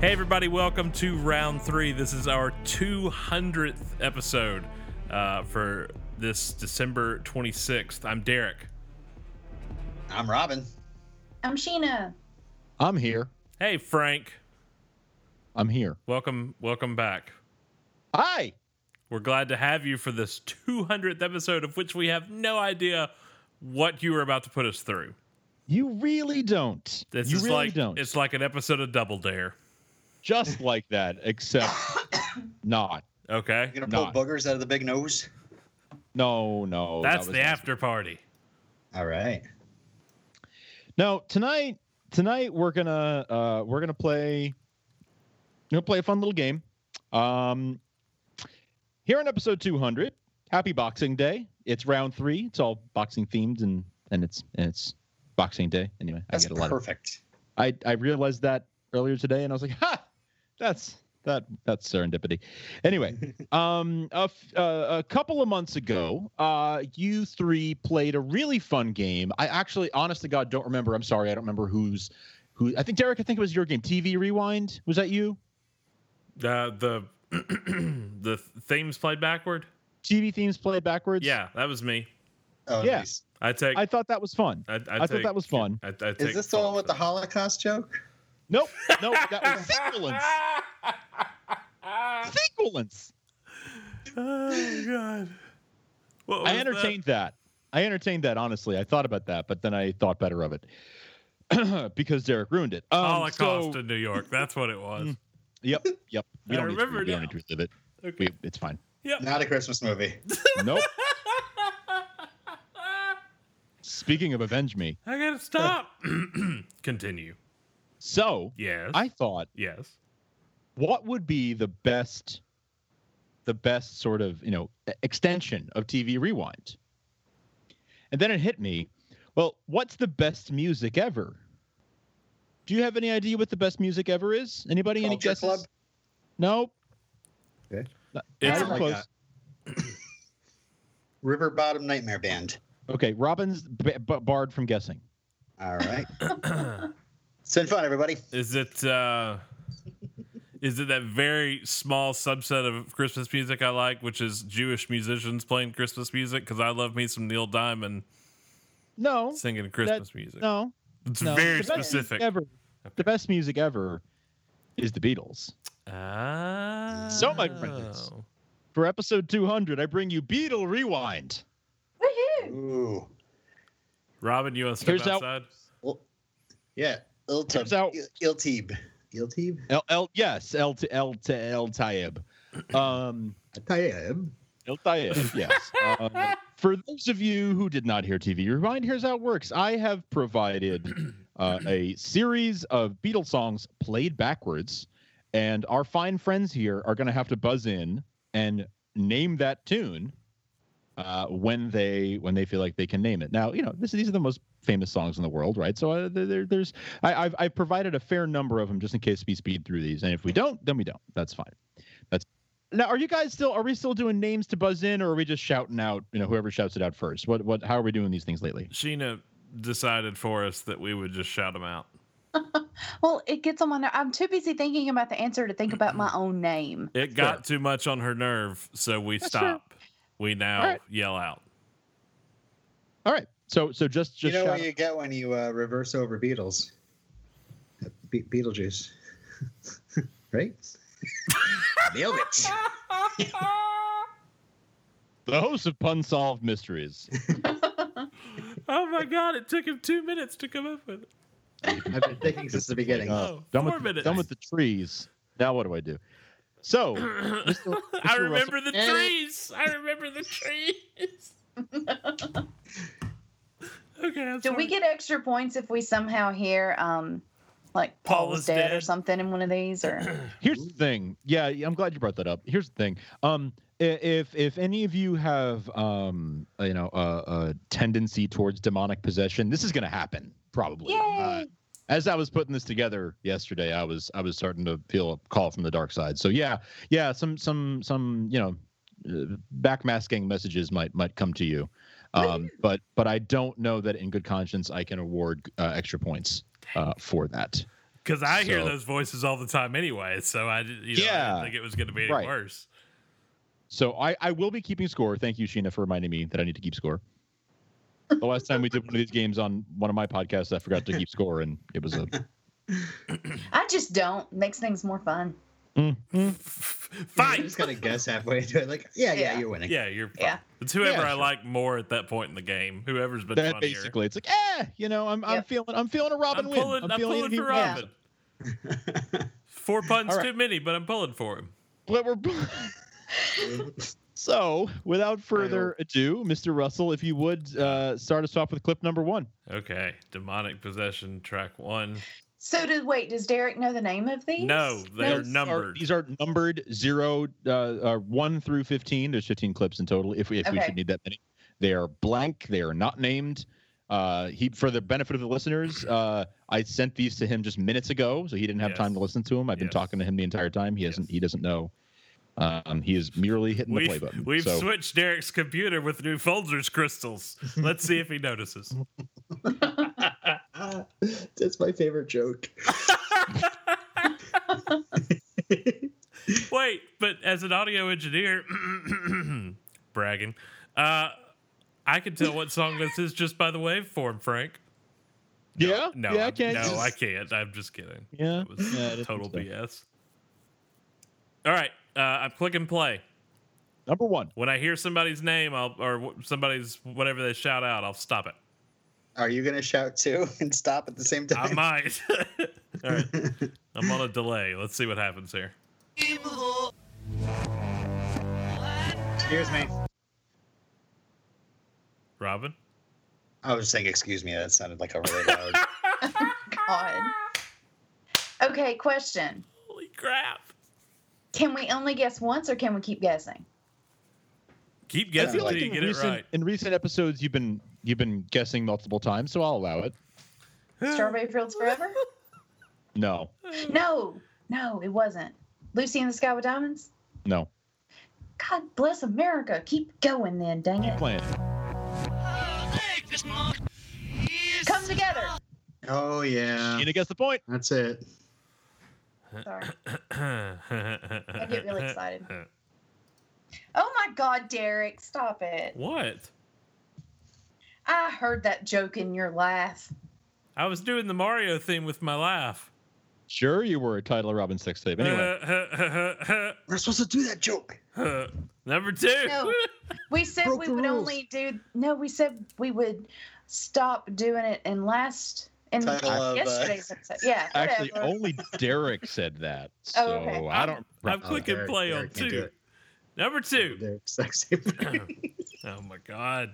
Hey, everybody, welcome to round three. This is our 200th episode uh, for this December 26th. I'm Derek. I'm Robin. I'm Sheena. I'm here. Hey, Frank. I'm here. Welcome, welcome back. Hi. We're glad to have you for this 200th episode, of which we have no idea what you are about to put us through. You really don't. This you is really like don't. it's like an episode of Double Dare. just like that, except not. Okay, You're gonna pull Not. boogers out of the big nose. No, no. that that's was the last after party. All right. week. No, tonight, tonight we're gonna uh, we're gonna play. We're gonna play a fun little game. Um, here on episode 200. Happy Boxing Day. It's round three. It's all boxing themed, and and it's and it's Boxing Day. Anyway, That's I get a lot of perfect. I I realized that earlier today, and I was like, ha, that's that that's serendipity. Anyway, um, a, f- uh, a couple of months ago, uh, you three played a really fun game. I actually, honest to God, don't remember. I'm sorry, I don't remember who's who. I think Derek, I think it was your game. TV Rewind was that you? Uh, the the themes played backward. TV themes played backwards. Yeah, that was me. Oh, Yeah. nice. I take. I thought that was fun. I, I, I thought that was fun. I, I Is this the one with the Holocaust joke? Nope, nope, that was sequelance. Sequelance. oh god! What was I entertained that? I entertained that honestly. I thought about that, but then I thought better of it because Derek ruined it. that? Um, Holocaust so- in New York. That's what it was. Mm. yep, yep. We I don't need to- remember we don't now. need to relive it. Okay. We, it's fine. Not a Christmas movie. Nope. Speaking of avenge me, I gotta stop. Continue. so Yes. I thought, yes. what would be the best, the best sort of you know e- extension of TV Rewind? And then it hit me. Well, what's the best music ever? Do you have any idea what the best music ever is? Anybody? any Culture guesses? Club. Nope. It's Not even like close. that. River Bottom Nightmare Band. Okay, Robin's b- b- barred from guessing. All right. it's been fun, everybody. is it uh is it that very small subset of Christmas music I like, which is Jewish musicians playing Christmas music? Because I love me some Neil Diamond No, singing Christmas music. no, it's no. very The best music specific. Ever, the best music ever is the Beatles. Ah. So my goodness. For episode 200, I bring you Beatle Rewind. Woohoo! Ooh. Robin, you want to Here's step out- outside? Well, yeah. Il Turns out- Iltib. Iltib. L, L yes, L to L to El Tayeb. Um, Atayeb. El Tayeb, yes. Um, for those of you who did not hear TV Rewind, here's how it works. I have provided uh, a series of Beatles songs played backwards, and our fine friends here are going to have to buzz in and name that tune uh, when they when they feel like they can name it. Now, you know, this, these are the most famous songs in the world, right? So uh, there, there- there's I, I've, I've provided a fair number of them just in case we speed through these, and if we don't, then we don't. That's fine. That's now. Are you guys still? Are we still doing names to buzz in, or are we just shouting out? You know, whoever shouts it out first. What what? How are we doing these things lately? Sheena decided for us that we would just shout them out. Well, it gets on my nerve. I'm too busy thinking about the answer to think about my own name. It got too much on her nerve, so we That's fair. stop. We now All right. yell out. All right. So so just You just know shout what you get when you uh, reverse over Beatles? Be- Beetlejuice. right? Nailed it. the host of Unsolved Mysteries. Oh my god, it took him two minutes to come up with it. I've been thinking since the beginning. Oh, done four with minutes. done with the trees. Now what do I do? So I remember the trees. I remember the trees. okay. I'm Do sorry. we get extra points if we somehow hear um like Paul Paul, is is dead, or dead. something in one of these or Here's the thing. Yeah, I'm glad you brought that up. Here's the thing. Um, i- if if any of you have um, you know, a, a tendency towards demonic possession, this is going to happen probably. Yay! Uh, as I was putting this together yesterday, I was I was starting to feel a call from the dark side. So yeah, yeah, some some some you know, uh, backmasking messages might might come to you. Um, but but I don't know that in good conscience I can award uh, extra points uh, for that. because I hear So- those voices all the time anyway. So I, did- you know, I Yeah. didn't think it was going to be any Right. worse. So I, I will be keeping score. Thank you, Sheena, for reminding me that I need to keep score. The last time we did one of these games on one of my podcasts, I forgot to keep score, and it was a I just don't. Makes things more fun. You Fine. just gotta guess halfway into it. Like, yeah, yeah, Yeah. you're winning. Yeah, you're. Fine. Yeah. It's whoever Yeah, I sure. like more at that point in the game. Whoever's been that funnier. basically. It's like, eh, you know, I'm I'm Yep. feeling I'm feeling a Robin I'm win. pulling. I'm, feeling pulling he for wins. Robin. Four puns All right. too many, but I'm pulling for him. But we're so without further ado, Mr. Russell, if you would uh, start us off with clip number one. Okay, demonic possession track one. So did wait, does Derek know the name of these? No, they're Those- numbered. These are, these are numbered zero, uh, uh, one through fifteen. There's fifteen clips in total. If, if we Okay. should need that many, they are blank. They are not named. Uh, he, for the benefit of the listeners, uh, I sent these to him just minutes ago, so he didn't have Yes. time to listen to them. I've been Yes. talking to him the entire time. He hasn't. Yes. He doesn't know. Um, he is merely hitting the play We've, button. we've so, switched Derek's computer with new Folgers crystals. Let's see if he notices. Ah, That's my favorite joke. Wait, but as an audio engineer, bragging, uh, I can tell what song this is just by the waveform, Frank. yeah, No, yeah, I I can't. No, just- I can't. I'm just kidding. yeah, It was yeah, it is total stuff. BS. All right, uh, I'm clicking play. Number one. When I hear somebody's name, I'll or wh- somebody's whatever they shout out, I'll stop it. Are you gonna shout too and stop at the same I time? might. All right, I'm on a delay. Let's see what happens here. Excuse me. Robin. I was saying, excuse me. That sounded like a really loud. God. Okay, question. Holy crap! Can we only guess once or can we keep guessing? Keep I guessing till feel like you in get it recent, right. In recent episodes, you've been you've been guessing multiple times, so I'll allow it. Strawberry Fields Forever? No, No, no, it wasn't. Lucy in the Sky with Diamonds? no, God bless America. Keep going then, dang keep it. playing. Come together. oh yeah, Sheena gets the point. that's it. Sorry. I get really excited. Oh my God, Derek, stop it. What? I heard that joke in your laugh. I was doing the Mario thing with my laugh. Sure, you were a title of Robin Six tape. Anyway, Uh, We're supposed to do that joke. Number two. No. We said Broke we the would rules. only do no. We said we would stop doing it in last in Title of, uh, yesterday's episode. Yeah, actually, oh. whatever. only Derek said that. So Oh, okay. I don't. I'm Oh, clicking Derek- play Derek on can't do two. it. Number two. They're sexy. oh my god.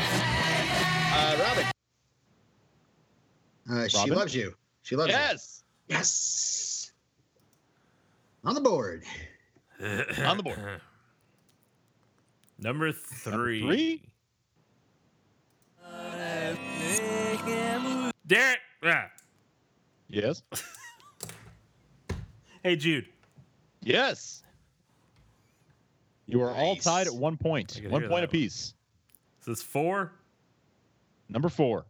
Uh, Robin. Uh, she Robin? loves you. She loves you. Yes. Yes. On the board. On the board. Number three. three? Derek. Ah. Yes. Hey Jude. Yes. You are all Nice. tied at one I point. can One hear point that one. apiece. Is this four? Number four.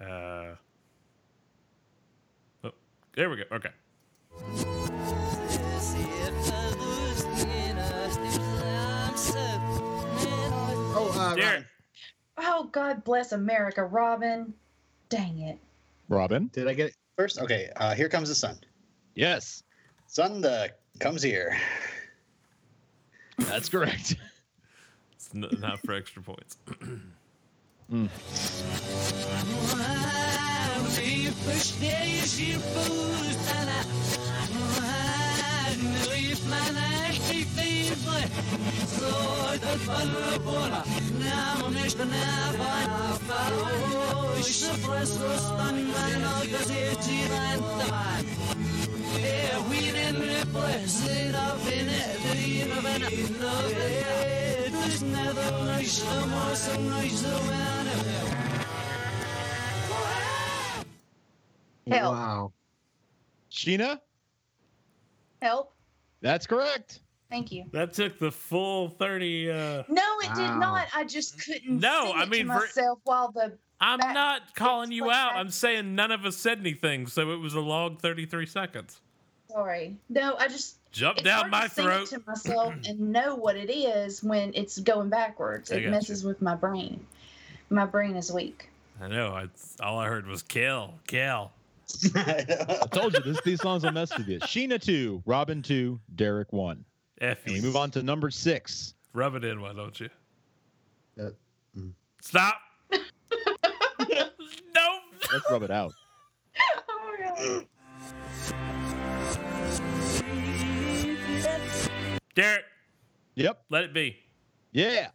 Uh. Oh, there we go. Okay. Oh, uh, Derek. Robin. Oh God bless America, Robin. Dang it. Robin. Did I get it first? Okay. Uh, here comes the sun. Yes. Sun the comes here. That's correct. It's n- not for extra points. Help. Wow. Sheena. Help. That's correct. Thank you. That took the full 30. Uh, No, it did Wow. not. I just couldn't. No, sing I it to mean, for- myself while the I'm That- not calling you what out. I'm happened. saying none of us said anything, so it was a long 33 seconds. sorry. No, I just Jump it's down hard my to sing throat. it to myself and know what it is when it's going backwards. I It gotcha. messes with my brain. My brain is weak. I know. I, all I heard was kill, kill. I told you this, these songs will mess with you. Sheena two, Robin two, Derek one. F And we you. move on to number six. Rub it in, why don't you? Uh, mm. Stop. no. Let's rub it out. Oh my god. Derek, Yep. let it be. Yeah.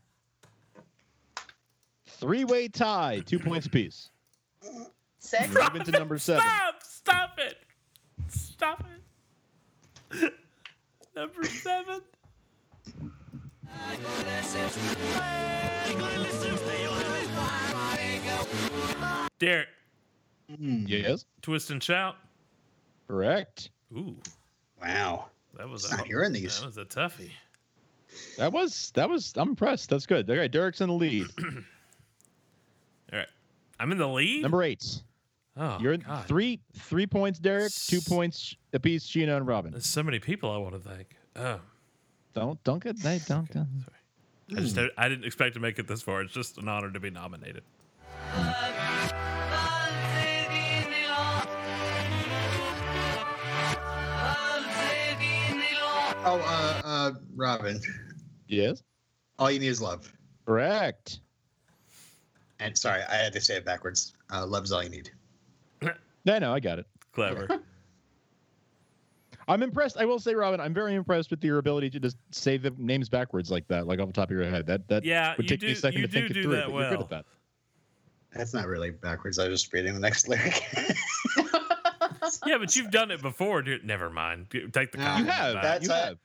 Three way tie, two points apiece. Sex. Move into number seven. Stop! Stop it! Stop it! Number seven. Derek, Mm. Yes. twist and shout. Correct. Ooh, Wow. that was Stop hearing these. That was a toughie. That was that was I'm impressed. That's good. All right, Derek's in the lead. All right, I'm in the lead. Number eight. oh, You're in God. three three points, Derek, two points apiece, Sheena and Robin. There's so many people I want to thank. Oh, Don't don't get they don't, okay, don't. sorry. I just Hmm. I didn't expect to make it this far. It's just an honor to be nominated. Oh, uh, uh, Robin, Yes. all you need is love. Correct. And sorry, I had to say it backwards. Uh, love's all you need. No, no, I got it. Clever. I'm impressed. I will say, Robin, I'm very impressed with your ability to just say the names backwards like that, like off the top of your head. That that Yeah, would you take do. me a second you to think do it do through. that but well. You're good at that. That's not really backwards. I was just reading the next lyric. Yeah, but you've done it before. Dude. Never mind. G- Take the No. You compliment have. back. That's you a- have.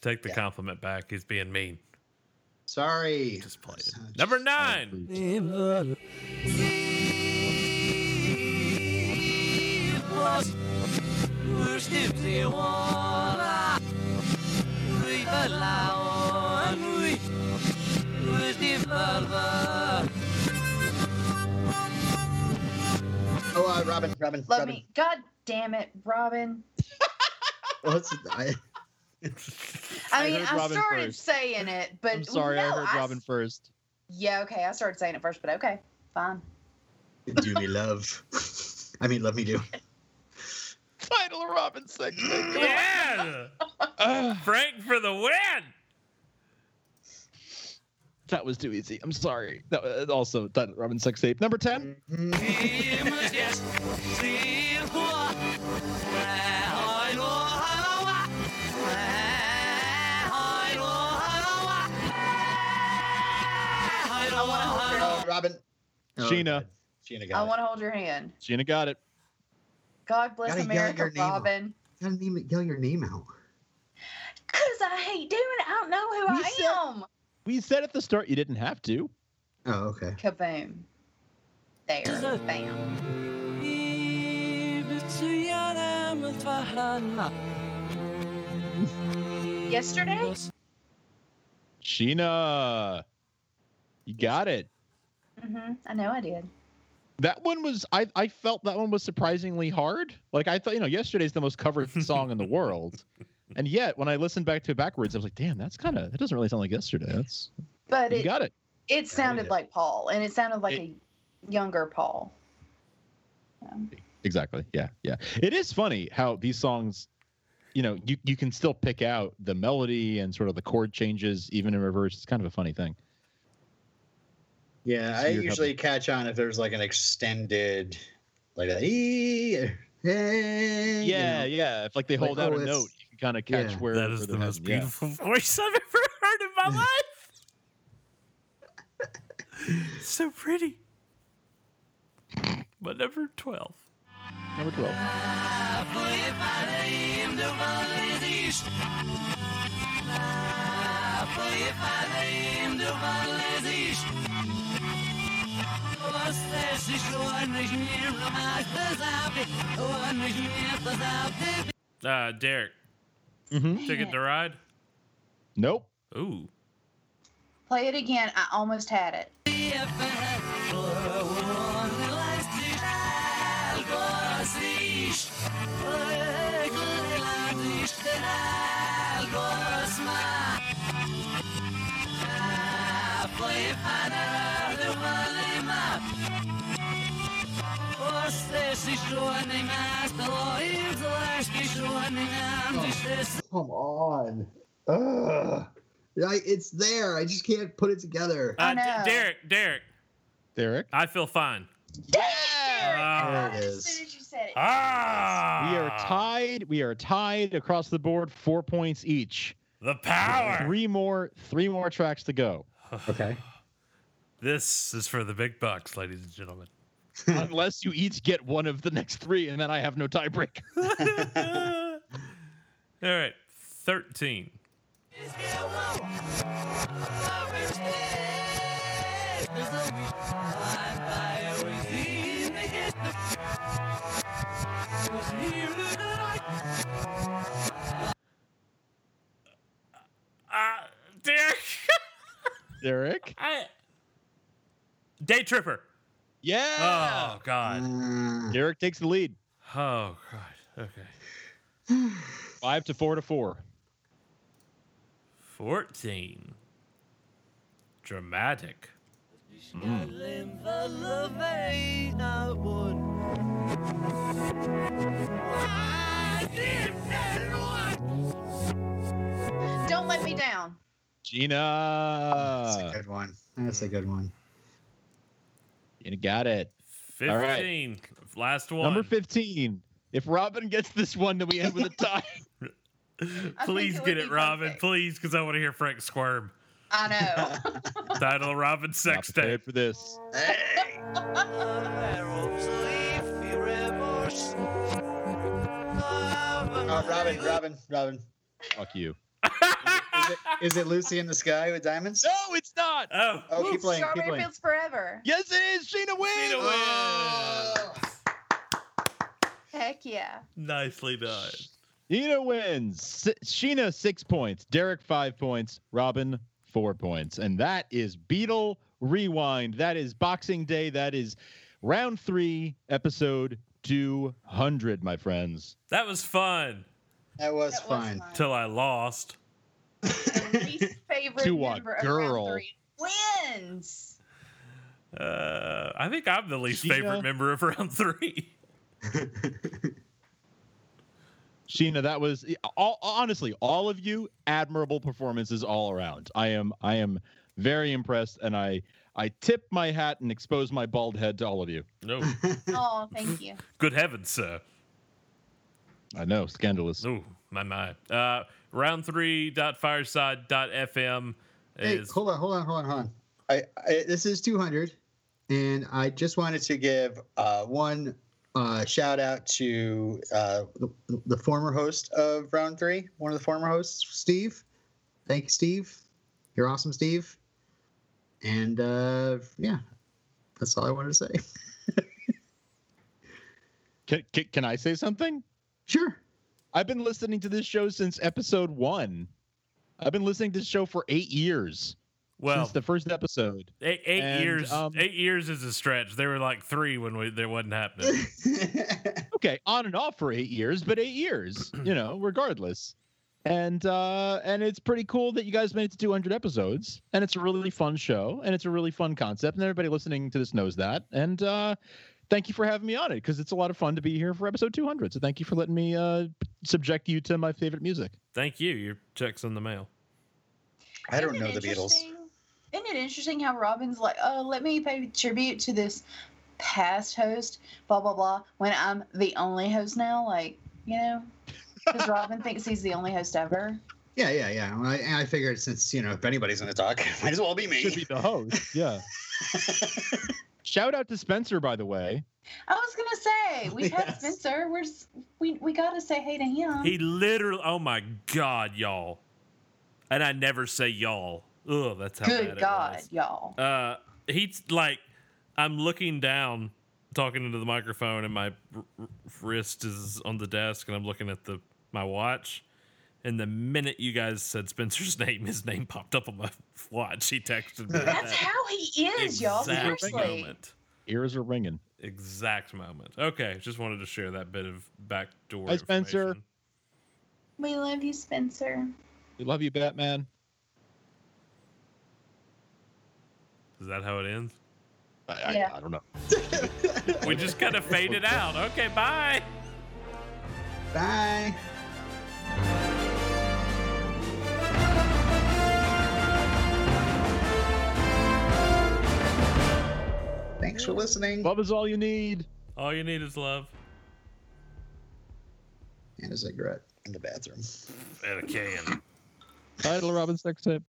Take the yeah. compliment back. He's being mean. sorry. Uh, Just play it. Number nine. Oh, uh, Robin, Robin, Love Robin. me. God damn it, Robin. Well, it's- I- I I mean, heard I, Robin started first. saying it, but I'm sorry, I no, heard Robin s- first. Yeah, okay, I started saying it first, but okay, fine. do me love. I mean, love me do. Title Robin section. Yeah, Frank for the win. that was too easy. I'm sorry. That was also title Robin sex tape number ten. I want to hold your Oh, hand. Robin. Oh, Sheena. God. Sheena I got want to hold your hand. Sheena got it. God bless Gotta yell America, your name out. Robin. it. Gotta name, yell your name out. Because I hate doing it. I don't know who You I said- am. We said at the start you didn't have to. Oh, okay. Kaboom. There. Bam. Yesterday? Sheena, you got it. hmm I know I did. That one was I, I felt that one was surprisingly hard. Like I thought, you know, yesterday's the most covered song in the world. And yet when I listened back to it backwards, I was like, damn, that's kinda that doesn't really sound like yesterday. That's But you it, got it. it sounded it. like Paul, and it sounded like It- a younger Paul. Exactly. Yeah. Yeah. It is funny how these songs, you know, you, you can still pick out the melody and sort of the chord changes even in reverse. It's kind of a funny thing. Yeah, So I you're usually catch on if there's like an extended, like that. "Ee," or, "Hey," you Yeah, know. yeah. If like they Like, hold out oh, a it's- note, you can kind of catch yeah. where That is where the they're most heading. Yeah. beautiful voice I've ever heard in my life. so pretty. But number twelve. Number twelve. Uh, Derek, Mm-hmm. Uh, Mm-hmm. ticket to ride. Nope. Ooh. Play it again. I almost had it. Come on. Ugh. Like, it's there. I just can't put it together. Uh, I D- know. Derek, Derek, Derek. I feel fine. Dang Ah. it, Derek! There it As soon is. as you said it. Ah. We are tied. We are tied across the board, four points each. The power. Three more, three more tracks to go. Okay. This is for the big bucks, ladies and gentlemen. Unless you each get one of the next three, and then I have no tiebreaker. All right, 13. Uh, Derek, Derek. I... Day Tripper. Yeah. Oh, God. Mm. Derek takes the lead, Oh, God. Okay. five to four to four. 14. Dramatic. Don't let me down. That's a Gina, good one. That's a good one. you got it. 15. All right. Last one. Number fifteen. If Robin gets this one, then we end with a tie. I Please think it get would it, be Robin. perfect. Please, because I want to hear Frank squirm. I know. Title Robin Sex Not prepared Tape. for this. Oh, Robin, Robin, Robin. Fuck you. Is it, is it Lucy in the Sky with diamonds? No, it's not. Oh, Oh, keep playing. Keep Strawberry playing. Fields Forever. Yes, it is. Gina wins. Gina wins. Oh. Heck yeah. nicely done. Gina wins. Si- Sheena six points. Derek five points. Robin four points. And that is Beetle Rewind. That is Boxing Day. That is round three, episode two hundred, my friends. That was fun That was That fun. was till I lost. fun. The least favorite To a member of girl. round three wins. Uh, I think I'm the least Sheena? favorite member of round three. Sheena, that was all, honestly all of you admirable performances all around. I am I am very impressed, and I I tip my hat and expose my bald head to all of you. No, Oh, thank you. good heavens, sir. I know, scandalous. Oh, my my. Uh, round three dot fireside dot fm Hey, is hold on, hold on, hold on, hold on. I, I this is 200, and I just wanted to give uh, one uh, shout out to uh, the, the former host of Round Three, one of the former hosts, Steve. Thank you, Steve. You're awesome, Steve. And uh, yeah, that's all I wanted to say. Can, can, can I say something? Sure. I've been listening to this show since episode one. I've been listening to this show for eight years well since the first episode. eight, eight and, years. um, eight years is a stretch. They were like three when we they wasn't happening. okay, on and off for eight years, but eight years, you know, regardless. And uh and it's pretty cool that you guys made it to 200 episodes, and it's a really fun show, and it's a really fun concept, and everybody listening to this knows that. And uh thank you for having me on it because it's a lot of fun to be here for episode 200. So thank you for letting me uh subject you to my favorite music. Thank you. Your check's in the mail. I don't Isn't know it the Beatles. interesting- Isn't it interesting how Robin's like, oh, let me pay tribute to this past host, blah, blah, blah, when I'm the only host now? Like, you know? Because Robin thinks he's the only host ever. Yeah, yeah, yeah. Well, I, and I figured since you know if anybody's going to talk, might as well be me. Should be the host. Yeah. Shout out to Spencer, by the way. I was going to say, we've had Yes. Spencer. We're, s- we we got to say hey to him. He literally. Oh my god, y'all! And I never say y'all. Ugh, that's how bad Good it God, was. y'all. Uh, he's like, I'm looking down, talking into the microphone, and my r- r- wrist is on the desk, and I'm looking at the my watch, And the minute you guys said Spencer's name, his name popped up on my watch. He texted me. That's how he is, y'all. exact Seriously. moment. Ears are ringing. Exact moment. Okay, just wanted to share that bit of backdoor. Hi, Spencer. information. We love you, Spencer. We love you, Batman. Is that how it ends? I, I, Yeah. I don't know. We just kind of faded out. Okay, bye. Bye. Thanks for listening. Love is all you need. All you need is love And a cigarette in the bathroom. and a can. Title Robin's next tip.